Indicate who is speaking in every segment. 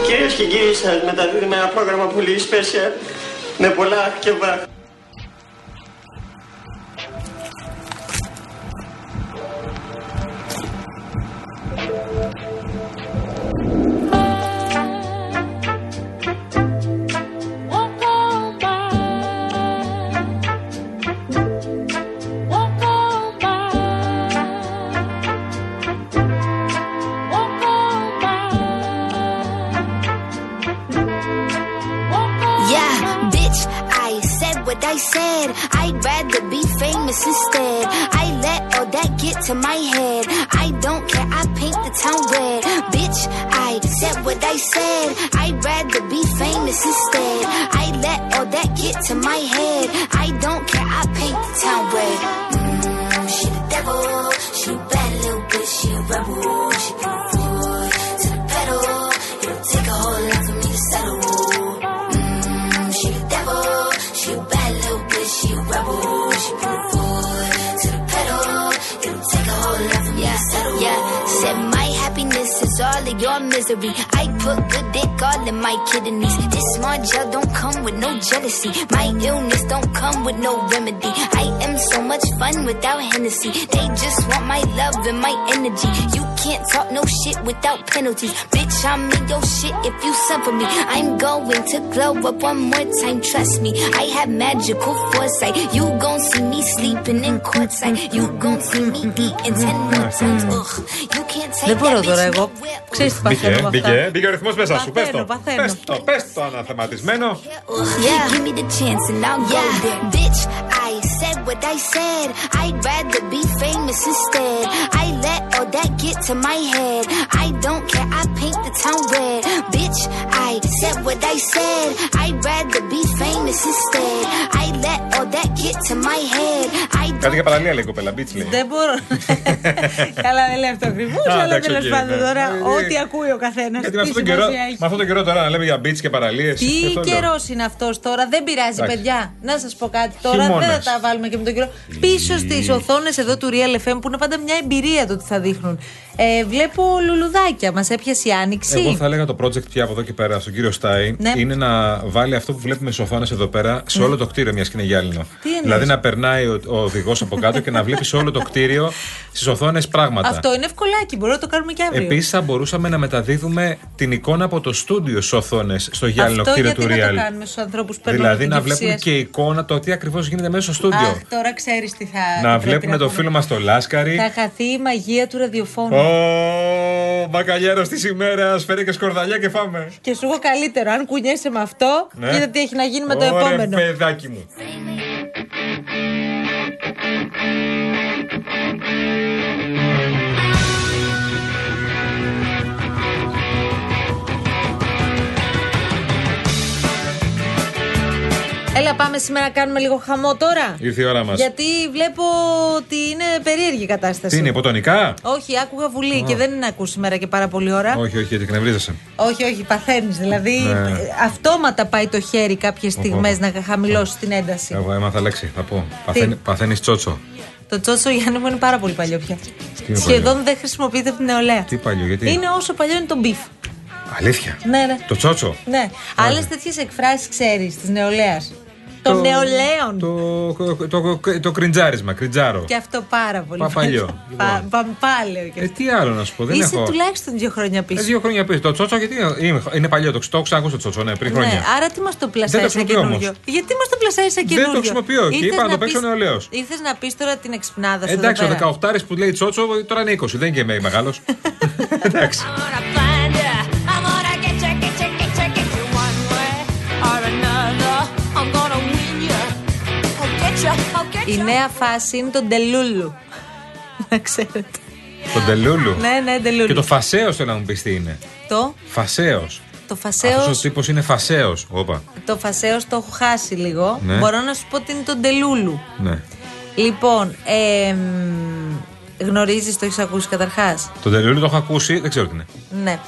Speaker 1: Κυρίες και κύριοι σας μεταδίδουμε ένα πρόγραμμα πολύ special με πολλά αχ και βάχ.
Speaker 2: Yeah, bitch, I said what I said. I'd rather be famous instead. I let all that get to my head. I don't care, I paint the town red. Bitch, I said what I said. I'd rather be famous instead. I let all that get to my head. I don't care, I paint the town red. Mm, she the devil, she a bad little bitch, she a rebel. She put her foot to the pedal. It'll take a whole lot for me to settle. Mm, she the devil, she a bad little bitch, she a rebel. She put her foot to the pedal, it'll take a whole lot for me to settle. Yeah, said my happiness is all of your misery. I put good dick all in my kidneys. This small gel don't come with no jealousy. My illness don't come with no remedy. I am so much fun without Hennessy. They just want my love and my energy. You can't talk no shit without penalties. Bitch, I'm in your shit if you send for me. I'm going to glow up one more time, trust me. I have magical foresight. You gon' see me sleeping in courtside. You gon' see me eating ten more times. Ugh, you can't take
Speaker 3: Δεν μπορώ
Speaker 2: that bitch
Speaker 3: τώρα εγώ.
Speaker 2: nowhere.
Speaker 3: Ξέρεις τι παθαίνω
Speaker 4: Μπήκε,
Speaker 3: με
Speaker 4: μπήκε,
Speaker 3: αυτά.
Speaker 4: μπήκε ο ρυθμό μέσα σου. Πες
Speaker 3: Παθαίνω,
Speaker 4: το.
Speaker 3: παθαίνω.
Speaker 4: Πες το, πες το αναθεματισμένο.
Speaker 2: Yeah. Give me the chance and I'll go there. Bitch, I said what I said. I'd rather be famous instead. I let all that get to my head. I don't care, I paint the town red. Bitch, I said what I said. I'd rather be famous instead. I let all that get to my head. I
Speaker 4: Κάτι για παραλία λέει η κοπέλα. Beach λέει.
Speaker 3: Δεν μπορώ. Καλά, δεν λέει αυτό ακριβώς,
Speaker 4: Α,
Speaker 3: αλλά
Speaker 4: εντάξει,
Speaker 3: τέλος
Speaker 4: οκ,
Speaker 3: πάντων
Speaker 4: ναι.
Speaker 3: τώρα,
Speaker 4: Ε,
Speaker 3: ό,τι ακούει ο καθένας.
Speaker 4: Γιατί με αυτόν τον καιρό, με αυτόν τον καιρό τώρα να λέμε για beach και παραλίες.
Speaker 3: Τι καιρός είναι αυτός τώρα, δεν πειράζει,
Speaker 4: Εντάξει.
Speaker 3: παιδιά. Να σας πω κάτι τώρα,
Speaker 4: Χειμώνας.
Speaker 3: δεν θα τα βάλουμε και με τον καιρό. Πίσω στις οθόνες εδώ του Real FM, που είναι πάντα μια εμπειρία το τι θα δείχνουν. Ε, βλέπω λουλουδάκια, μας έπιασε η άνοιξη.
Speaker 4: Εγώ θα έλεγα το project πια από εδώ και πέρα στον κύριο Στάι
Speaker 3: Ναι.
Speaker 4: είναι να βάλει αυτό που βλέπουμε στι οθόνε εδώ πέρα σε όλο το κτίριο, μιας και είναι γυάλινο.
Speaker 3: εννοείς?
Speaker 4: Δηλαδή να περνάει ο, ο οδηγός από κάτω και να βλέπει σε όλο το κτίριο στις οθόνες πράγματα.
Speaker 3: Αυτό είναι ευκολάκι, μπορούμε να το κάνουμε και αύριο.
Speaker 4: Επίσης, θα μπορούσαμε να μεταδίδουμε την εικόνα από το στούντιο στις οθόνες στο γυάλινο
Speaker 3: Αυτό
Speaker 4: κτίριο
Speaker 3: γιατί
Speaker 4: του
Speaker 3: να το
Speaker 4: Real.
Speaker 3: κάνουμε στους ανθρώπους που παίρνουν
Speaker 4: Δηλαδή να
Speaker 3: την
Speaker 4: βλέπουν και εικόνα το τι ακριβώς γίνεται μέσα στο στούντιο.
Speaker 3: Αχ, τώρα ξέρεις τι θα. τι
Speaker 4: Να
Speaker 3: πρέπει
Speaker 4: βλέπουμε το
Speaker 3: πούμε.
Speaker 4: φίλο μας το Λάσκαρη.
Speaker 3: Θα χαθεί η μαγεία του ραδιοφώνου.
Speaker 4: Ο μπακαλιάρο της ημέρας, φέρε και σκορδαλιά και φάμε.
Speaker 3: Και σου εγώ καλύτερο. Αν κουνιέσαι με αυτό,
Speaker 4: Ναι.
Speaker 3: κοίτα τι έχει να γίνει με το
Speaker 4: Ωρε,
Speaker 3: επόμενο.
Speaker 4: παιδάκι μου.
Speaker 3: Έλα, πάμε σήμερα να κάνουμε λίγο χαμό τώρα.
Speaker 4: Ήρθε η ώρα μας.
Speaker 3: Γιατί βλέπω ότι είναι περίεργη η κατάσταση.
Speaker 4: Τι είναι, υποτονικά.
Speaker 3: Όχι, άκουγα βουλή και δεν ακού σήμερα και πάρα πολύ ώρα.
Speaker 4: Όχι, όχι, γιατί εκνευρίζεσαι.
Speaker 3: Όχι, όχι, παθαίνεις. Δηλαδή,
Speaker 4: Ναι.
Speaker 3: ε, αυτόματα πάει το χέρι κάποιες στιγμέ
Speaker 4: Οπα.
Speaker 3: να χαμηλώσει την ένταση.
Speaker 4: Εγώ έμαθα λέξη, θα πω. Παθαίνει, παθαίνεις τσότσο.
Speaker 3: Το τσότσο Γιάννη μου είναι πάρα πολύ παλιό πια.
Speaker 4: είναι
Speaker 3: Σχεδόν
Speaker 4: παλιό?
Speaker 3: δεν χρησιμοποιείται από την νεολαία.
Speaker 4: Τι παλιό, γιατί.
Speaker 3: Είναι όσο παλιό είναι το μπιφ.
Speaker 4: Αλήθεια.
Speaker 3: Ναι, ναι.
Speaker 4: Το τσότσο.
Speaker 3: Ναι. Άλλες τέτοιες εκφράσεις ξέρεις της νεολαίας. Των νεολαίων.
Speaker 4: Το, το, το, το κριντζάρισμα, κριντζάρο.
Speaker 3: Και αυτό πάρα πολύ.
Speaker 4: Παπαλιό.
Speaker 3: Πα,
Speaker 4: Λοιπόν.
Speaker 3: παμπάλαιο και
Speaker 4: Ε,
Speaker 3: αυτό.
Speaker 4: τι άλλο να σου πω, δεν
Speaker 3: Είσαι
Speaker 4: έχω.
Speaker 3: τουλάχιστον δύο χρόνια
Speaker 4: Ε,
Speaker 3: πίσω.
Speaker 4: δύο χρόνια πίσω. Το τσότσο, γιατί είναι, είναι παλιό, το, ξ- το έχω ξανακούσει το τσότσο, ναι, πριν χρόνια.
Speaker 3: Ναι, άρα τι μας το πλασάρει
Speaker 4: Δεν το
Speaker 3: σαν
Speaker 4: χρησιμοποιώ
Speaker 3: καινούριο.
Speaker 4: όμως.
Speaker 3: Γιατί μας το πλασάρεις σαν
Speaker 4: Δεν το
Speaker 3: καινούριο.
Speaker 4: χρησιμοποιώ και είπα να το παίξω νεολαίος. Ε,
Speaker 3: Ήρθε να πεις τώρα την εξυπνάδα σου.
Speaker 4: Εντάξει,
Speaker 3: εδώ πέρα.
Speaker 4: ο 18 που λέει τσότσο τώρα είναι 20, δεν είναι και με μεγάλος. Εντάξει.
Speaker 5: I'm gonna find ya. I'm gonna get ya, get ya, get ya, get you one way or another. I'm gonna win ya. I'll get ya, I'll get
Speaker 3: Η
Speaker 5: ya.
Speaker 3: νέα φάση είναι το ντελούλου. Να ξέρετε.
Speaker 4: Τον Τελούλου.
Speaker 3: Ναι, ναι, ντελούλου.
Speaker 4: Και το φασαίο θέλω να μου πεις τι είναι.
Speaker 3: το,
Speaker 4: Φασαίο.
Speaker 3: το φασαίο.
Speaker 4: Αυτός ο τύπος είναι φασαίο. Όπα.
Speaker 3: Το φασαίο το έχω χάσει λίγο.
Speaker 4: Ναι.
Speaker 3: Μπορώ να σου πω ότι είναι το ντελούλου.
Speaker 4: Ναι.
Speaker 3: Λοιπόν, ε, γνωρίζεις, το έχεις ακούσει καταρχάς.
Speaker 4: Το τελούλου το έχω ακούσει, δεν ξέρω τι είναι.
Speaker 3: Ναι.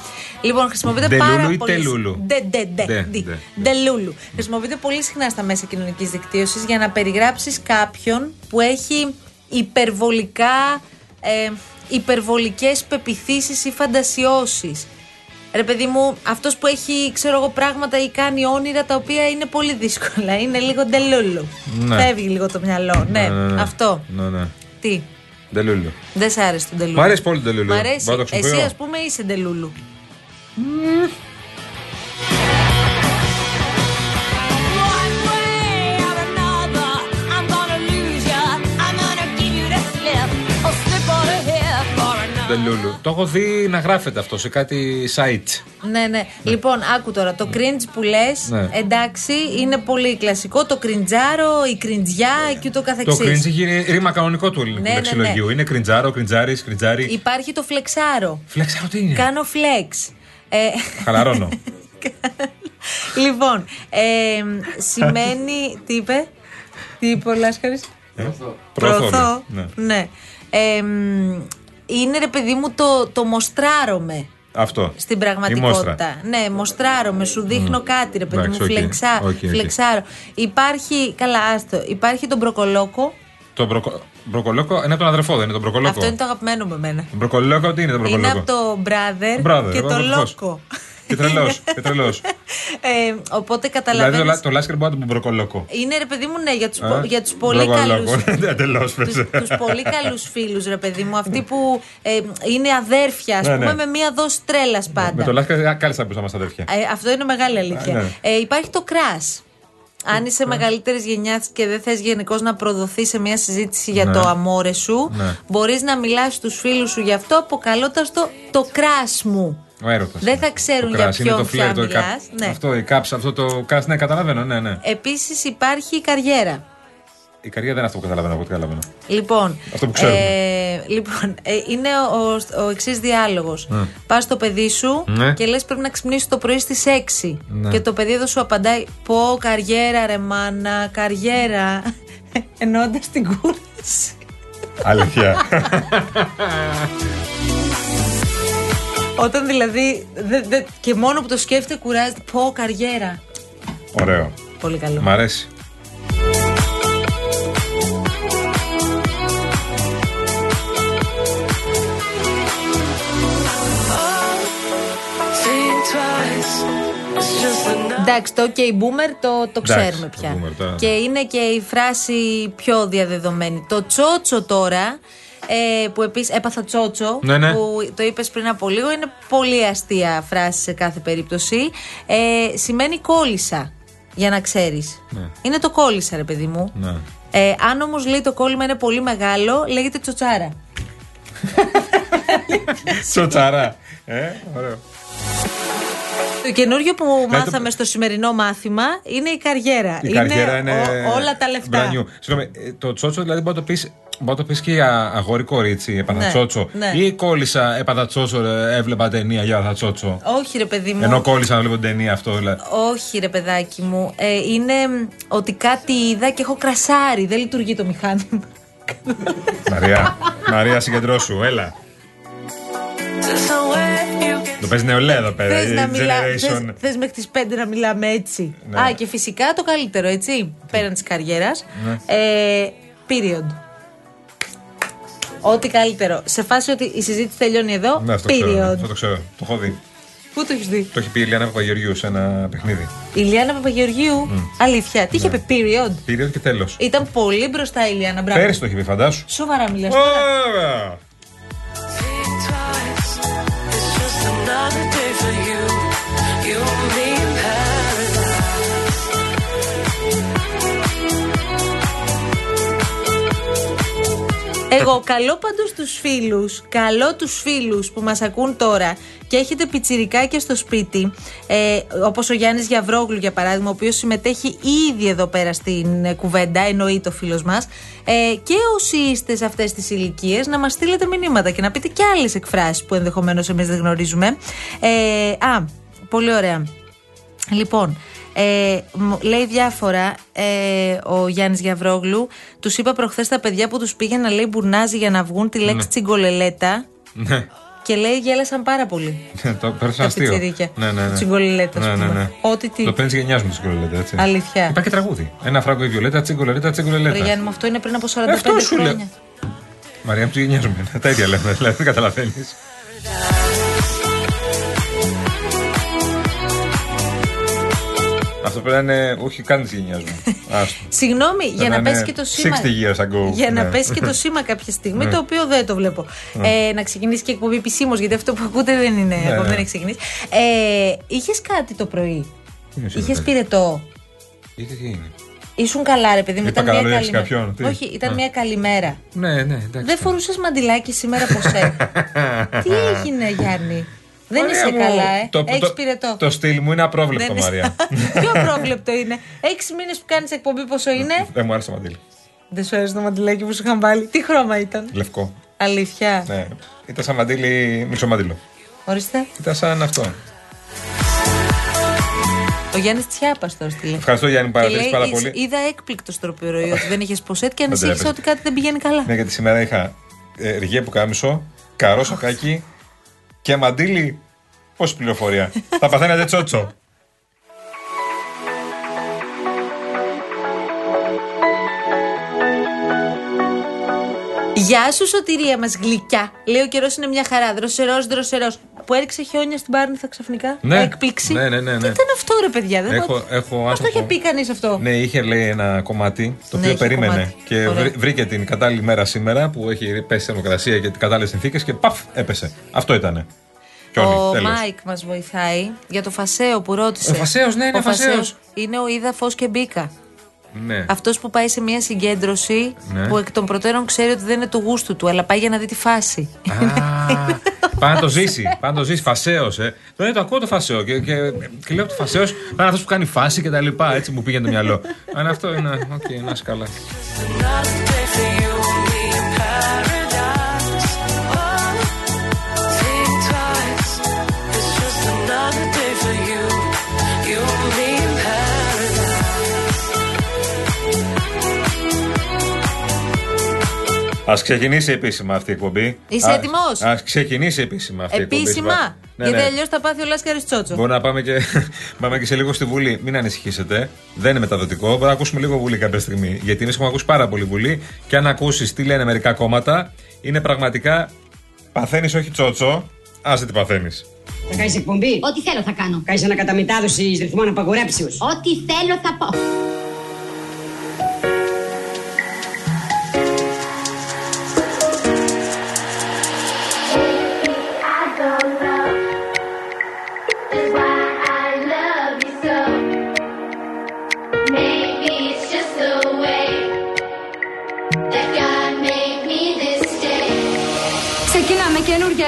Speaker 3: Λοιπόν, χρησιμοποιείται
Speaker 4: Ντελούλου
Speaker 3: πάρα
Speaker 4: ή
Speaker 3: πολύ.
Speaker 4: τελούλου?
Speaker 3: Ντε, ντε, ντε,
Speaker 4: Ντε,
Speaker 3: ντι.
Speaker 4: ντε.
Speaker 3: Ντελούλου. Χρησιμοποιείται πολύ συχνά στα μέσα κοινωνικής δικτύωσης για να περιγράψεις κάποιον που έχει υπερβολικά. Ε, υπερβολικές πεπιθήσεις ή φαντασιώσεις Ρε παιδί μου, αυτός που έχει ξέρω εγώ, πράγματα ή κάνει όνειρα τα οποία είναι πολύ δύσκολα. Είναι λίγο ντελούλου.
Speaker 4: Ναι.
Speaker 3: Φεύγει λίγο το μυαλό. Ναι, αυτό.
Speaker 4: Ναι, ναι.
Speaker 3: Τι.
Speaker 4: Ντελούλου.
Speaker 3: Δεν σ' άρεσε τον ντελούλου.
Speaker 4: Μ' αρέσει πολύ το ντελούλου.
Speaker 3: Μ' αρέσει.
Speaker 4: Μπορώ να το
Speaker 3: Εσύ,
Speaker 4: χρησιμοποιώ.
Speaker 3: ας πούμε, είσαι ντελούλου.
Speaker 5: One way or another, I'm gonna lose ya. I'm gonna give you the slip. Or slip on a hip or another.
Speaker 4: Ντελούλου. Το έχω δει να γράφεται αυτό σε κάτι site.
Speaker 3: Ναι, ναι. Λοιπόν, άκου τώρα. Το cringe που λες,
Speaker 4: Ναι.
Speaker 3: εντάξει, είναι πολύ κλασικό. Το κριντζάρο, η κριντζιά και ούτω
Speaker 4: Ναι. Το
Speaker 3: καθεξής.
Speaker 4: cringe έχει γίνει ρήμα κανονικό του ελληνικού
Speaker 3: Ναι, ναι, ναι.
Speaker 4: λεξιλογίου. Είναι κριντζάρο, κριντζάρι, κριντζάρι.
Speaker 3: Υπάρχει το φλεξάρο.
Speaker 4: Φλεξάρο τι είναι.
Speaker 3: Κάνω flex. Ε,
Speaker 4: Χαλαρώνω.
Speaker 3: λοιπόν, ε, σημαίνει. τι είπε, τι είπε ο Λάσκαρης?
Speaker 4: Προωθώ,
Speaker 3: Προωθώ,
Speaker 4: ναι.
Speaker 3: ναι. Ε, μ, είναι ρε παιδί μου το, το μοστράρομαι.
Speaker 4: Αυτό.
Speaker 3: Στην
Speaker 4: Η μόστρα.
Speaker 3: πραγματικότητα. Ναι, μοστράρομαι, σου δείχνω κάτι, ρε παιδί μου.
Speaker 4: Εντάξει, οκ.
Speaker 3: φλεξά-
Speaker 4: Οκ, οκ.
Speaker 3: Φλεξάρω. Υπάρχει. Καλά, άστο. Υπάρχει τον μπροκολόκο.
Speaker 4: Το μπροκο... μπροκολόκο είναι από τον αδερφό, δεν είναι το μπροκολόκο.
Speaker 3: Αυτό είναι το αγαπημένο με εμένα.
Speaker 4: Το μπροκολόκο τι είναι το
Speaker 3: Είναι
Speaker 4: μπροκολόκο.
Speaker 3: από το brother,
Speaker 4: Brother,
Speaker 3: και
Speaker 4: εγώ
Speaker 3: το
Speaker 4: αδερφός.
Speaker 3: λόκο.
Speaker 4: Και τρελός, και τρελός.
Speaker 3: ε, οπότε
Speaker 4: Δηλαδή
Speaker 3: καταλαβαίνεις...
Speaker 4: το, λα- το λάσκερ μπορεί να τον μπροκολόκο.
Speaker 3: Είναι ρε παιδί μου, ναι, για τους,
Speaker 4: Ε,
Speaker 3: πο- για τους πολύ
Speaker 4: μπροκολόκο. Ναι,
Speaker 3: καλούς
Speaker 4: Εντελώς,
Speaker 3: τους,
Speaker 4: πες.
Speaker 3: τους πολύ καλούς φίλους ρε παιδί μου Αυτοί που ε, είναι αδέρφια ας
Speaker 4: Ναι,
Speaker 3: πούμε
Speaker 4: ναι.
Speaker 3: με μία δόση τρέλας
Speaker 4: Με
Speaker 3: πάντα
Speaker 4: το λάσκερ κάλεσα να είμαστε αδέρφια.
Speaker 3: Ε, αυτό είναι μεγάλη αλήθεια.
Speaker 4: Α, ναι.
Speaker 3: Ε, υπάρχει το κρας. Αν είσαι μεγαλύτερης γενιάς και δεν θες γενικώς να προδοθείς σε μια συζήτηση για
Speaker 4: Ναι.
Speaker 3: το αμόρε σου,
Speaker 4: Ναι.
Speaker 3: μπορείς να μιλάς στους φίλους σου γι' αυτό αποκαλώντας το το κρας μου.
Speaker 4: Ο έρωτας.
Speaker 3: Δεν θα ξέρουν για ποιον θα μιλάς, ναι.
Speaker 4: Αυτό, η κάψα, αυτό το κάψα. Ναι, καταλαβαίνω, ναι, ναι.
Speaker 3: Επίσης υπάρχει η καριέρα.
Speaker 4: Η καριέρα δεν είναι αυτό που καταλαβαίνω, από ό,τι καταλαβαίνω.
Speaker 3: Λοιπόν,
Speaker 4: Αυτό που ξέρουμε.
Speaker 3: ε, λοιπόν ε, είναι ο, ο εξής διάλογος. Πας στο παιδί σου
Speaker 4: Ναι.
Speaker 3: και λες πρέπει να ξυπνήσεις το πρωί στις 6.
Speaker 4: Ναι.
Speaker 3: Και το παιδί εδώ σου απαντάει: Πω, καριέρα, ρε μάνα, καριέρα. Εννοώντας την κούραση.
Speaker 4: Αλήθεια.
Speaker 3: Όταν δηλαδή. δε- δε- και μόνο που το σκέφτεται κουράζεται. Πω, καριέρα.
Speaker 4: Ωραίο.
Speaker 3: Πολύ καλό.
Speaker 4: Μ' αρέσει.
Speaker 3: Εντάξει, το OK Boomer το, το
Speaker 4: Εντάξει,
Speaker 3: ξέρουμε
Speaker 4: το
Speaker 3: πια.
Speaker 4: boomer, τα-
Speaker 3: και είναι και η φράση πιο διαδεδομένη. Το τσότσο τώρα, ε, που επίσης έπαθα τσότσο,
Speaker 4: Ναι, ναι.
Speaker 3: που το είπες πριν από λίγο, είναι πολύ αστεία φράση σε κάθε περίπτωση. Ε, σημαίνει κόλλησα, για να ξέρεις.
Speaker 4: Ναι.
Speaker 3: Είναι το κόλλησα, ρε παιδί μου.
Speaker 4: Ναι.
Speaker 3: Ε, αν όμως λέει το κόλλημα είναι πολύ μεγάλο, λέγεται τσοτσάρα.
Speaker 4: Τσοτσαρά. Ε, ωραίο.
Speaker 3: Το καινούριο που
Speaker 4: Δηλαδή το-
Speaker 3: μάθαμε στο σημερινό μάθημα είναι η καριέρα.
Speaker 4: Η καριέρα είναι.
Speaker 3: ο- όλα τα λεφτά.
Speaker 4: μπρανιού. Συγγνώμη, ε, το τσότσο δηλαδή μπορεί να το πεις. Μπορεί να το πεις και για αγόρι κορίτσι, επανατσότσο.
Speaker 3: Ναι, ναι.
Speaker 4: Ή κόλλησα, επανατσότσο, ρε, έβλεπα ταινία για επανατσότσο.
Speaker 3: Όχι, ρε παιδί μου.
Speaker 4: Ενώ κόλλησα να βλέπω ταινία αυτό. Δηλαδή.
Speaker 3: Όχι, ρε παιδάκι μου. Ε, είναι μ, ότι κάτι είδα και έχω κρασάρι. Δεν λειτουργεί το μηχάνημα.
Speaker 4: Μαρία, Μαρία, συγκεντρώσου, έλα. Το παίζει νεολαία εδώ πέρα.
Speaker 3: Θες
Speaker 4: η
Speaker 3: να μιλά.
Speaker 4: Ε, generation.
Speaker 3: Θες, θες μέχρι τις 5 να μιλάμε έτσι.
Speaker 4: Ναι.
Speaker 3: Α, και φυσικά το καλύτερο, έτσι. Πέραν της καριέρας.
Speaker 4: Ναι.
Speaker 3: Ε, period. Ό,τι καλύτερο. Σε φάση ότι η συζήτηση τελειώνει εδώ.
Speaker 4: Ναι, αυτό ξέρω.
Speaker 3: period.
Speaker 4: Αυτό το ξέρω. Το έχω δει.
Speaker 3: Πού το έχεις δει.
Speaker 4: Το έχει πει η Ελιάνα Παπαγεωργίου σε ένα παιχνίδι.
Speaker 3: Η Λιάννα Παπαγεωργίου. Αλήθεια. Τι είχε
Speaker 4: Ναι.
Speaker 3: πει, period.
Speaker 4: Period και τέλος.
Speaker 3: Ήταν πολύ μπροστά η Λιάννα. Μπράβο.
Speaker 4: Πέρυσι το έχει πει, φαντάσου.
Speaker 3: Σοβαρά μιλάς.
Speaker 4: Ωραία.
Speaker 3: Εγώ καλώ πάντως τους φίλους, καλώ τους φίλους που μας ακούν τώρα και έχετε πιτσιρικάκια στο σπίτι, ε, όπως ο Γιάννης Γιαβρόγλου για παράδειγμα, ο οποίος συμμετέχει ήδη εδώ πέρα στην ε, κουβέντα, εννοεί το φίλος μας, ε, και όσοι είστε σε αυτές τις ηλικίες να μας στείλετε μηνύματα και να πείτε και άλλες εκφράσεις που ενδεχομένως εμείς δεν γνωρίζουμε. Ε, α, πολύ ωραία. Λοιπόν, ε, μου λέει διάφορα ε, ο Γιάννης Γιαβρόγλου. Τους είπα προχθές τα παιδιά που τους πήγαινα, λέει μπουρνάζει για να βγουν τη λέξη τσιγκολελέτα.
Speaker 4: Ναι.
Speaker 3: Και λέει γέλασαν πάρα πολύ.
Speaker 4: Το πέρασε
Speaker 3: Τα
Speaker 4: αστείο.
Speaker 3: πιτσιρίκια.
Speaker 4: Ναι, ναι, ναι.
Speaker 3: Τσιγκολελέτα, ας πούμε. Ό,τι τι.
Speaker 4: Το παίρνεις και γενιάζουμε τη τσιγκολελέτα, έτσι.
Speaker 3: Αλήθεια.
Speaker 4: Υπάρχει και τραγούδι. Ένα φράγκο η Βιολέτα, τσιγκολελέτα,
Speaker 3: Ρε Γιάννη,
Speaker 4: τσιγκολελέτα.
Speaker 3: μου αυτό είναι πριν από 45
Speaker 4: Ε, Αυτό σου λέω.
Speaker 3: χρόνια.
Speaker 4: Μαρία μου, του γενιάζουμε. Τα ίδια λέμε, δηλαδή δεν καταλαβαίνεις. Αυτό πρέπει να είναι. Όχι καν της γενιάς μου. Άστο.
Speaker 3: Συγγνώμη, για να
Speaker 4: να
Speaker 3: πέσει
Speaker 4: είναι
Speaker 3: και το σήμα.
Speaker 4: 60 ναι. years ago,
Speaker 3: Για να
Speaker 4: ναι.
Speaker 3: πέσει και το σήμα κάποια στιγμή, το οποίο δεν το βλέπω. Ε, να ξεκινήσει και η εκπομπή επισήμως, γιατί αυτό που ακούτε δεν είναι.
Speaker 4: Ναι,
Speaker 3: ακόμα
Speaker 4: ναι.
Speaker 3: δεν έχει ξεκινήσει. Ε, Είχες κάτι το πρωί.
Speaker 4: Τι είναι σήμερα,
Speaker 3: Είχε
Speaker 4: παιδί?
Speaker 3: πυρετό.
Speaker 4: Γιατί τι είναι.
Speaker 3: Ήσουν καλά, ρε παιδί μου.
Speaker 4: Είπα
Speaker 3: Ήταν μια
Speaker 4: καλά λόγια
Speaker 3: καλή
Speaker 4: σε
Speaker 3: μέρα.
Speaker 4: κάποιον, τι?
Speaker 3: Όχι, ήταν
Speaker 4: Α.
Speaker 3: μια καλή μέρα.
Speaker 4: Ναι, ναι, εντάξει.
Speaker 3: Δεν φορούσες μαντιλάκι σήμερα ποτέ. Τι έγινε, Γιάννη. Δεν
Speaker 4: Μαρία
Speaker 3: είσαι
Speaker 4: μου,
Speaker 3: καλά, ε.
Speaker 4: το-
Speaker 3: Έχει
Speaker 4: το-
Speaker 3: πυρετό.
Speaker 4: Το στυλ μου είναι απρόβλεπτο,
Speaker 3: Δεν είσαι-
Speaker 4: Μαρία.
Speaker 3: Ποιο πρόβλεπτο είναι. Έξι μήνες που κάνεις εκπομπή, πόσο είναι.
Speaker 4: Δεν ε, μου άρεσε το μαντήλι.
Speaker 3: Δεν σου άρεσε το μαντιλάκι που σου είχαν βάλει. Τι χρώμα ήταν.
Speaker 4: Λευκό.
Speaker 3: Αλήθεια.
Speaker 4: Ναι. Ήταν σαν μαντήλι, μισό μαντήλο.
Speaker 3: Ορίστε.
Speaker 4: Ήταν σαν αυτό.
Speaker 3: Ο Γιάννης Τσιάπας τώρα στείλε.
Speaker 4: Ευχαριστώ Γιάννη
Speaker 3: Και
Speaker 4: πάρα,
Speaker 3: λέει,
Speaker 4: πάρα
Speaker 3: «Είς-
Speaker 4: πολύ.
Speaker 3: Είδα έκπληκτο στο πρωί ότι δεν είχες ποσέτ και
Speaker 4: τρέπεσαι.
Speaker 3: ανησύχησα ότι κάτι δεν πηγαίνει καλά.
Speaker 4: Ναι, γιατί σήμερα είχα ε, ριγέ που κάμισο, καρό σακάκι και μαντήλι. Πόση πληροφορία. Θα παθαίνατε τσότσο.
Speaker 3: Γεια σου, σωτηρία μας γλυκιά. Λέει ο καιρός είναι μια χαρά. Δροσερός, δροσερός. Που έριξε χιόνια στην Πάρνηθα ξαφνικά.
Speaker 4: Ναι.
Speaker 3: Έκπληξη.
Speaker 4: Ναι, ναι, ναι, ναι.
Speaker 3: Τι ήταν αυτό, ρε παιδιά. Δεν
Speaker 4: Έχω-
Speaker 3: μπορώ-
Speaker 4: έχω
Speaker 3: Πώς το
Speaker 4: άνθρωπο.
Speaker 3: είχε πει κανείς αυτό.
Speaker 4: Ναι, είχε λέει ένα κομμάτι το
Speaker 3: Ναι,
Speaker 4: οποίο
Speaker 3: είχε
Speaker 4: περίμενε
Speaker 3: κομμάτι.
Speaker 4: και
Speaker 3: Ωραία.
Speaker 4: βρή- βρήκε την κατάλληλη μέρα σήμερα που έχει πέσει η θερμοκρασία και τι κατάλληλες συνθήκες και παφ, έπεσε. Αυτό ήτανε. Και
Speaker 3: Ο
Speaker 4: όλοι, τέλος.
Speaker 3: Μάικ μας βοηθάει για το φασαίο που ρώτησε.
Speaker 4: Ο Φασέος, ναι, είναι
Speaker 3: Ο Φασέος
Speaker 4: Φασέος.
Speaker 3: Είναι ο Είδα Φως και Μπίκα.
Speaker 4: Ναι.
Speaker 3: Αυτός που πάει σε μια συγκέντρωση
Speaker 4: Ναι.
Speaker 3: που εκ των προτέρων ξέρει ότι δεν είναι του γούστου του, αλλά πάει για να δει τη φάση.
Speaker 4: Α, Πάει να το ζήσει. Πάει να το ζήσει. Φασαίο, ε. Δεν το ακούω το φασαίο. Και, και, και λέω ότι φασαίο είναι αυτό που κάνει φάση και τα λοιπά. Έτσι μου πήγαινε το μυαλό. Αν αυτό είναι. Οκ, να είσαι καλά. Ας ξεκινήσει επίσημα αυτή η εκπομπή.
Speaker 3: Είσαι έτοιμος?
Speaker 4: Ας ας ξεκινήσει επίσημα αυτή η εκπομπή.
Speaker 3: Επίσημα!
Speaker 4: Ναι,
Speaker 3: γιατί
Speaker 4: ναι.
Speaker 3: αλλιώς θα πάθει ο Λάσκαρης Τσότσο.
Speaker 4: Μπορεί να πάμε και, πάμε και σε λίγο στη Βουλή. Μην ανησυχήσετε. Δεν είναι μεταδοτικό. Μπορεί να ακούσουμε λίγο Βουλή κάποια στιγμή. Γιατί εμείς έχουμε ακούσει πάρα πολύ Βουλή. Και αν ακούσεις τι λένε μερικά κόμματα, είναι πραγματικά. Παθαίνεις όχι τσότσο. Άσε τι παθαίνεις.
Speaker 6: Θα κάνεις εκπομπή.
Speaker 7: Ό,τι θέλω θα κάνω.
Speaker 6: Κάνεις ανακαταμετάδοση ρυθμών απαγορέψεω.
Speaker 7: Ό,τι θέλω θα πω.
Speaker 8: Ξεκινάμε καινούργια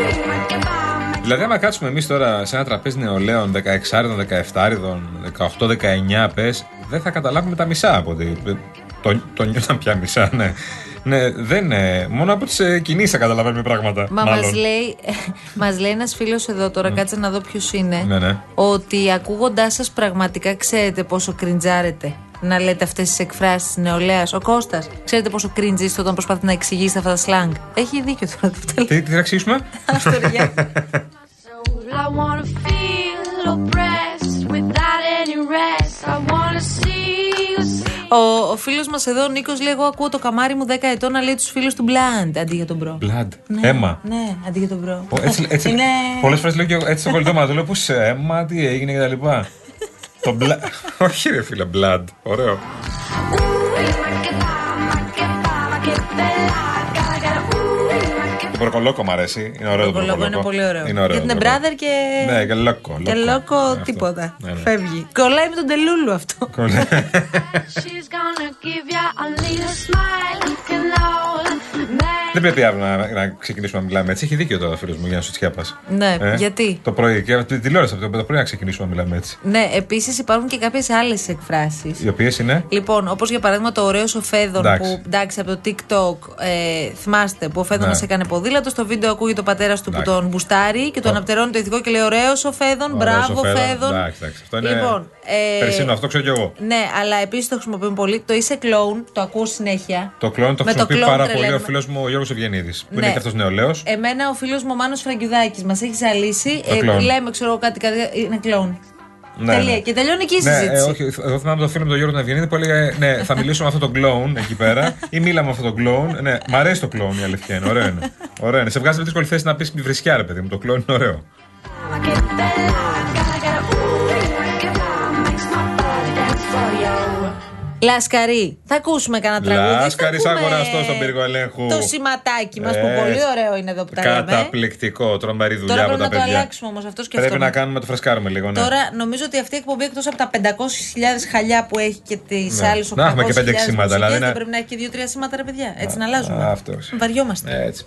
Speaker 4: Δηλαδή, άμα κάτσουμε εμείς τώρα σε ένα τραπέζι νεολαίων 16άριδων, 17άριδων, 18-19 πες, δεν θα καταλάβουμε τα μισά από ότι. Το, το νιώθαν πια μισά, ναι. Ναι, δεν είναι. Μόνο από τις ε, κινήσεις θα καταλαβαίνουμε πράγματα.
Speaker 3: Μα
Speaker 4: μάλλον.
Speaker 3: μας λέει, μας λέει ένας φίλος εδώ τώρα, κάτσε να δω ποιος είναι,
Speaker 4: Ναι, ναι.
Speaker 3: ότι ακούγοντάς σας πραγματικά ξέρετε πόσο κριντζάρετε να λέτε αυτές τις εκφράσεις της νεολαίας. Ο Κώστας, ξέρετε πόσο κριντζείς όταν προσπαθεί να εξηγήσει αυτά τα σλάνγκ. Έχει δίκιο τώρα που τα λέει.
Speaker 4: Τι, τι θα αξίσουμε?
Speaker 3: Αστοριά.
Speaker 5: I wanna feel oppressed without any rest. I wanna see you see.
Speaker 3: Ο, ο φίλος μας εδώ, ο Νίκος, λέει εγώ ακούω το καμάρι μου 10 ετών να λέει τους φίλους του μπλαντ αντί για τον μπρο.
Speaker 4: Blood.
Speaker 3: Ναι,
Speaker 4: Αίμα.
Speaker 3: Ναι, αντί για τον μπρο.
Speaker 4: Ω, Έτσι, έτσι,
Speaker 3: Είναι...
Speaker 4: Πολλές φορές λέω και εγώ, έτσι στο κολλητό μας, λέω πως αίμα, τι έγινε και τα λοιπά. Το blood. Όχι ρε φίλε, blood. Ωραίο. Το προκολόκο μου αρέσει. Είναι ωραίο το
Speaker 3: Το λόγο
Speaker 4: προκολόκο.
Speaker 3: είναι πολύ ωραίο.
Speaker 4: Είναι ωραίο.
Speaker 3: Για την
Speaker 4: το προκολόκο.
Speaker 3: Brother και.
Speaker 4: Ναι, και λόκο.
Speaker 3: Και λόκο
Speaker 4: Αυτό.
Speaker 3: τίποτα.
Speaker 4: Ναι, ναι.
Speaker 3: Φεύγει. Κολλάει με τον Τελούλου αυτό.
Speaker 4: Κολλάει.
Speaker 5: She's gonna give ya only a smile. You can all man.
Speaker 4: Δεν πρέπει αύριο να, να ξεκινήσουμε να μιλάμε έτσι. Έχει δίκιο τώρα ο φίλος μου Γιάννης Σουτσιάπα.
Speaker 3: Ναι, γιατί?
Speaker 4: Ε? Το πρωί. Και από τη τηλεόραση από το το πρωί να ξεκινήσουμε να μιλάμε έτσι.
Speaker 3: ναι, επίσης υπάρχουν και κάποιες άλλες εκφράσεις.
Speaker 4: Οι οποίες είναι.
Speaker 3: Λοιπόν, όπως για παράδειγμα το ωραίο ο Φέδων
Speaker 4: Εντάξει.
Speaker 3: που εντάξει από το TikTok, ε, θυμάστε που ο Φέδωνας
Speaker 4: Ναι.
Speaker 3: έκανε ποδήλατο. Στο βίντεο ακούγεται ο πατέρας του που
Speaker 4: Εντάξει.
Speaker 3: τον μπουστάρει και του
Speaker 4: Ω.
Speaker 3: αναπτερώνει το ηθικό και λέει ωραίο ο Φέδων,
Speaker 4: Ωραίος ο
Speaker 3: μπράβο
Speaker 4: Φέδων».
Speaker 3: Φέδων.
Speaker 4: Εντάξει, εντάξει, αυτό είναι-
Speaker 3: Λοιπόν, Ε,
Speaker 4: Περσινό, αυτό ξέρω κι εγώ.
Speaker 3: Ναι, αλλά επίσης το χρησιμοποιούν πολύ. Το είσαι κλόουν, το ακούω συνέχεια.
Speaker 4: Το κλόν το
Speaker 3: Με
Speaker 4: χρησιμοποιεί
Speaker 3: κλόουν
Speaker 4: πάρα πολύ ο
Speaker 3: τρελαίνουμε.
Speaker 4: φίλος μου ο Γιώργος Ευγενίδης. Που
Speaker 3: Ναι.
Speaker 4: είναι και αυτός νεολαίος.
Speaker 3: Εμένα ο φίλος μου ο Μάνος Φραγκιουδάκης μας έχει ζαλίσει. Ε,
Speaker 4: Το κλόουν.
Speaker 3: λέμε, ξέρω εγώ κάτι, κάτι. Είναι κλόουν.
Speaker 4: Ναι,
Speaker 3: Τελεία.
Speaker 4: ναι.
Speaker 3: Και τελειώνει εκεί η
Speaker 4: Ναι, ε,
Speaker 3: συζήτηση.
Speaker 4: όχι, εγώ θυμάμαι τον φίλο μου τον Γιώργο τον Ευγενίδη που έλεγε Ναι, θα μιλήσω με αυτόν τον κλόουν εκεί πέρα ή μίλα με αυτόν τον κλόουν. Ναι, μ' αρέσει το κλόουν η αλήθεια είναι. Ωραίο είναι. Ωραίο είναι. Σε βγάζει με δύσκολη θέση να πεις τη βρισιά, ρε παιδί μου. Το κλόουν είναι ωραίο.
Speaker 3: Λασκαρί, θα ακούσουμε κανένα τραγούδι. θα
Speaker 4: Λάσκαρης
Speaker 3: ακούμε
Speaker 4: αγοραστός στον πύργο ελέγχου.
Speaker 3: Το σηματάκι μας που
Speaker 4: Ε,
Speaker 3: πολύ ωραίο είναι εδώ που τα λέμε.
Speaker 4: Καταπληκτικό, τρομερή δουλειά
Speaker 3: Τώρα
Speaker 4: από
Speaker 3: πρέπει
Speaker 4: τα
Speaker 3: να το
Speaker 4: παιδιά.
Speaker 3: αλλάξουμε όμως αυτό και
Speaker 4: Πρέπει
Speaker 3: αυτό.
Speaker 4: να κάνουμε, το φρεσκάρουμε λίγο. Ναι.
Speaker 3: Τώρα νομίζω ότι αυτή η εκπομπή εκτός από τα 500.000 χαλιά που έχει και τις
Speaker 4: Ναι.
Speaker 3: ναι. άλλες 800.000.
Speaker 4: Να έχουμε και πέντε-έξι σήματα,
Speaker 3: μουσικές,
Speaker 4: δηλαδή,
Speaker 3: δεν
Speaker 4: να-
Speaker 3: πρέπει να έχει και δύο-τρία σήματα, ρε παιδιά. Έτσι να αλλάζουμε.
Speaker 4: α, Ε, αυτός.
Speaker 3: Βαριόμαστε.
Speaker 4: Έτσι.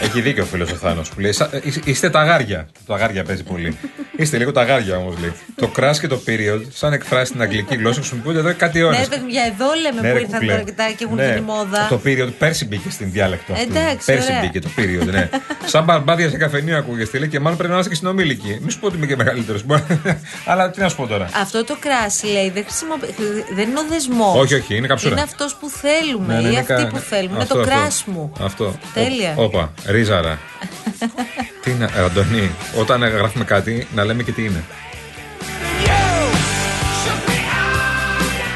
Speaker 4: Έχει δίκιο ο φίλος ο Θάνος που λέει: «Σα- ε, είσ- Είστε τα γάρια. Το αγάρια παίζει πολύ. Είστε λίγο τα γάρια όμως λέει. Το crash και το period, σαν εκφράσει στην αγγλική γλώσσα, χρησιμοποιούνται εδώ κάτι ώρε.
Speaker 3: Ναι, παιδιά, εδώ λέμε που ήρθαν τώρα και, τα- και
Speaker 4: Ναι.
Speaker 3: έχουν γίνει μόδα.
Speaker 4: Το period πέρσι μπήκε στην διάλεκτο. αυτή.
Speaker 3: Εντάξει,
Speaker 4: Πέρσι
Speaker 3: ωραία.
Speaker 4: μπήκε το period, ναι. Σαν μπαρμπάδια σε καφενείο ακούγεστε, λέει και μάλλον πρέπει να είσαι και στην ομίλικη. Μη σου πω ότι είμαι και μεγαλύτερος. Αλλά τι να σου πω τώρα.
Speaker 3: Αυτό το κράσι λέει δεν, χρησιμοποιη... δεν είναι ο δεσμός.
Speaker 4: Όχι, όχι, είναι καψούρα.
Speaker 3: Είναι αυτός που θέλουμε
Speaker 4: Ναι, ναι,
Speaker 3: ή
Speaker 4: είναι
Speaker 3: αυτή
Speaker 4: κα-
Speaker 3: που θέλουμε.
Speaker 4: αυτό,
Speaker 3: είναι το
Speaker 4: αυτό.
Speaker 3: κράσι μου.
Speaker 4: Αυτό.
Speaker 3: Τέλεια.
Speaker 4: Ο- Όπα, ρίζαρα. τι είναι, ε, Αντωνή, όταν ε, γράφουμε κάτι, να λέμε και τι είναι.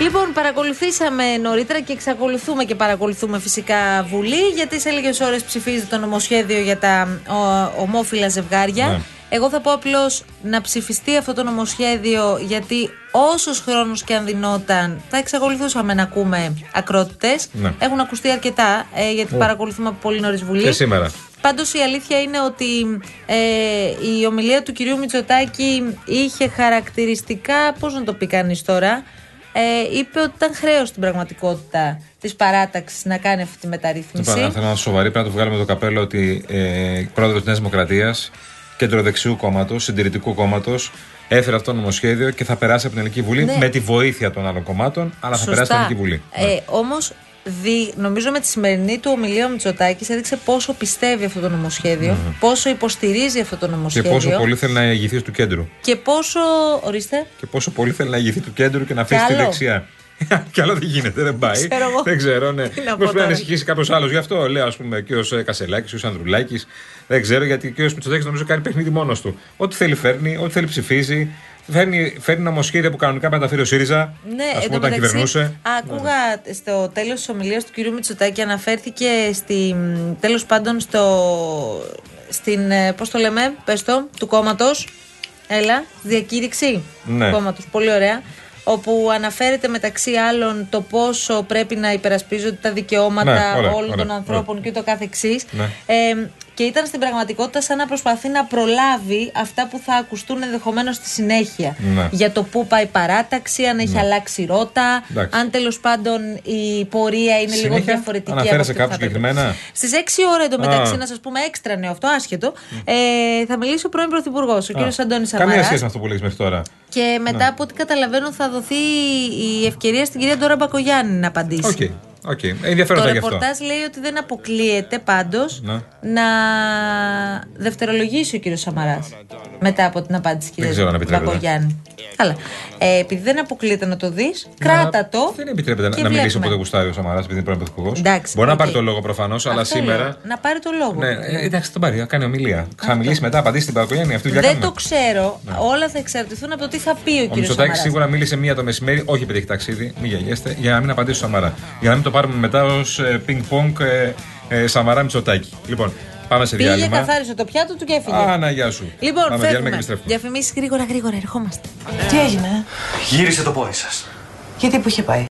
Speaker 3: Λοιπόν, παρακολουθήσαμε νωρίτερα και εξακολουθούμε και παρακολουθούμε φυσικά Βουλή, γιατί σε λίγες ώρες ψηφίζει το νομοσχέδιο για τα ο, ομόφυλα ζευγάρια.
Speaker 4: Ναι.
Speaker 3: Εγώ θα πω απλώς να ψηφιστεί αυτό το νομοσχέδιο, γιατί όσος χρόνος και αν δινόταν, θα εξακολουθούσαμε να ακούμε ακρότητες.
Speaker 4: Ναι.
Speaker 3: Έχουν ακουστεί αρκετά, ε, γιατί παρακολουθούμε από πολύ νωρίς Βουλή.
Speaker 4: Και σήμερα.
Speaker 3: Πάντως η αλήθεια είναι ότι ε, η ομιλία του κυρίου Μητσοτάκη είχε χαρακτηριστικά. Πώς να το πει κανείς τώρα. Ε, είπε ότι ήταν χρέος στην πραγματικότητα της παράταξης να κάνει αυτή τη μεταρρύθμιση.
Speaker 4: Λοιπόν, θέλω να είμαστε σοβαροί, πρέπει να του βγάλουμε το καπέλο ότι ε, πρόεδρος της Νέας Δημοκρατίας, κεντροδεξιού κόμματος, συντηρητικού κόμματος, έφερε αυτό το νομοσχέδιο και θα περάσει από την Ελληνική Βουλή
Speaker 3: Ναι.
Speaker 4: με τη βοήθεια των άλλων κομμάτων, αλλά θα περάσει από την Ελληνική Βουλή. Ναι.
Speaker 3: Ε, Όμω, νομίζω με τη σημερινή του ομιλία ο Μητσοτάκης έδειξε πόσο πιστεύει αυτό το νομοσχέδιο, πόσο υποστηρίζει αυτό το
Speaker 4: και
Speaker 3: νομοσχέδιο.
Speaker 4: πόσο πολύ θέλει να ηγηθεί του κέντρου.
Speaker 3: και πόσο. Ορίστε.
Speaker 4: Και πόσο πολύ θέλει να ηγηθεί του κέντρου και να αφήσει τη
Speaker 3: άλλο.
Speaker 4: δεξιά. Κι άλλο δεν γίνεται, δεν πάει.
Speaker 3: ξέρω εγώ.
Speaker 4: Δεν ξέρω, ναι.
Speaker 3: Τι να πω
Speaker 4: Μήπω πρέπει να
Speaker 3: τώρα.
Speaker 4: ανησυχήσει κάποιος άλλος. Γι' αυτό λέω, ας πούμε, και ο Κασελάκη, ο Ανδρουλάκης. Δεν ξέρω, γιατί και ο Μητσοτάκη νομίζω κάνει παιχνίδι μόνος του. Ό,τι θέλει φέρνει, ό,τι θέλει ψηφίζει. Φέρνει, φέρνει νομοσχέδια που κανονικά μεταφέρει ο ΣΥΡΙΖΑ.
Speaker 3: Ναι,
Speaker 4: ας
Speaker 3: εν
Speaker 4: πούμε,
Speaker 3: τω
Speaker 4: όταν
Speaker 3: μεταξύ,
Speaker 4: κυβερνούσε. Ναι,
Speaker 3: Ακούγα στο τέλος της ομιλίας του κυρίου Μητσοτάκη αναφέρθηκε στη, τέλος πάντων στο, στην, ε, πώς το λέμε, πες το, του κόμματος, έλα, διακήρυξη
Speaker 4: Ναι.
Speaker 3: του κόμματος, πολύ ωραία, όπου αναφέρεται μεταξύ άλλων το πόσο πρέπει να υπερασπίζονται τα δικαιώματα
Speaker 4: Ναι, ωραία,
Speaker 3: όλων των
Speaker 4: ωραία,
Speaker 3: ανθρώπων
Speaker 4: ωραία.
Speaker 3: και ούτω καθεξής.
Speaker 4: Ναι.
Speaker 3: Ε, και ήταν στην πραγματικότητα σαν να προσπαθεί να προλάβει αυτά που θα ακουστούν ενδεχομένως στη συνέχεια.
Speaker 4: Ναι.
Speaker 3: Για το πού πάει η παράταξη, αν έχει αλλάξει ρότα,
Speaker 4: Εντάξει.
Speaker 3: αν τέλος πάντων η πορεία είναι λίγο
Speaker 4: Συνέχεια,
Speaker 3: διαφορετική. από
Speaker 4: αναφέρεσαι
Speaker 3: αυτή που θα
Speaker 4: κάπου
Speaker 3: έπρεπε.
Speaker 4: συγκεκριμένα?
Speaker 3: Στις 6 ώρα εντωμεταξύ,
Speaker 4: Α.
Speaker 3: να σας πούμε έξτρα νέο αυτό, άσχετο, ε, θα μιλήσει ο πρώην Πρωθυπουργός, ο κύριος Αντώνης
Speaker 4: Καμία
Speaker 3: Σαμαράς.
Speaker 4: σχέση με αυτό Ναι. που λέγεις μέχρι τώρα.
Speaker 3: Και μετά από ό,τι καταλαβαίνω, θα δοθεί η ευκαιρία στην κυρία Ντόρα Μπακογιάννη να απαντήσει.
Speaker 4: Οκ. οκ. Ενδιαφέροντα
Speaker 3: Το
Speaker 4: γι' αυτό.
Speaker 3: ρεπορτάζ λέει ότι δεν αποκλείεται πάντως
Speaker 4: Ναι.
Speaker 3: να δευτερολογήσει ο κύριος Σαμαράς μετά από την απάντηση τη
Speaker 4: ξέρω αν
Speaker 3: κυρία
Speaker 4: επιτρέπεται.
Speaker 3: Μπαγκογιάννη. Καλά. Ε, επειδή δεν αποκλείεται να το δεις, κράτα το.
Speaker 4: Δεν επιτρέπεται να,
Speaker 3: και
Speaker 4: να μιλήσει
Speaker 3: βλέπουμε.
Speaker 4: όποτε γουστάρει ο Σαμαράς, επειδή είναι πρώην πρωθυπουργός.
Speaker 3: Εντάξει,
Speaker 4: Μπορεί να
Speaker 3: οκ.
Speaker 4: πάρει το λόγο προφανώς, αλλά
Speaker 3: Αυτό
Speaker 4: σήμερα.
Speaker 3: λέω. Να πάρει το λόγο.
Speaker 4: Ναι, ε, εντάξει, τον πάρει, κάνει ομιλία. Θα μιλήσει μετά, απαντήσει στην Παγκογένεια. Αυτή η δουλειά
Speaker 3: δεν
Speaker 4: κάνουμε. Ναι.
Speaker 3: το ξέρω. Όλα θα εξαρτηθούν από το τι θα πει ο,
Speaker 4: Ο
Speaker 3: κύριος Σαμαρά.
Speaker 4: Μητσοτάκη σίγουρα μίλησε μία το μεσημέρι, όχι επειδή έχει ταξίδι, μην γελιέστε, για να μην απαντήσει ο Σαμαρά. Για να μην το πάρουμε μετά ως πινκ-πονκ ε, ε, Σαμαρά Μητσοτάκη. Λοιπόν, πάμε σε
Speaker 3: Πήγε,
Speaker 4: διάλειμμα.
Speaker 3: καθάρισε το πιάτο του και έφυγε.
Speaker 4: Α, να, γεια σου.
Speaker 3: Λοιπόν,
Speaker 4: πάμε διάλειμμα και
Speaker 3: φεύγουμε.
Speaker 4: επιστρέφουμε.
Speaker 3: Διαφημίσεις γρήγορα, γρήγορα, ερχόμαστε.
Speaker 9: Τι έγινε, ε?
Speaker 10: Γύρισε το πόδι σας.
Speaker 9: γιατί που είχε πάει.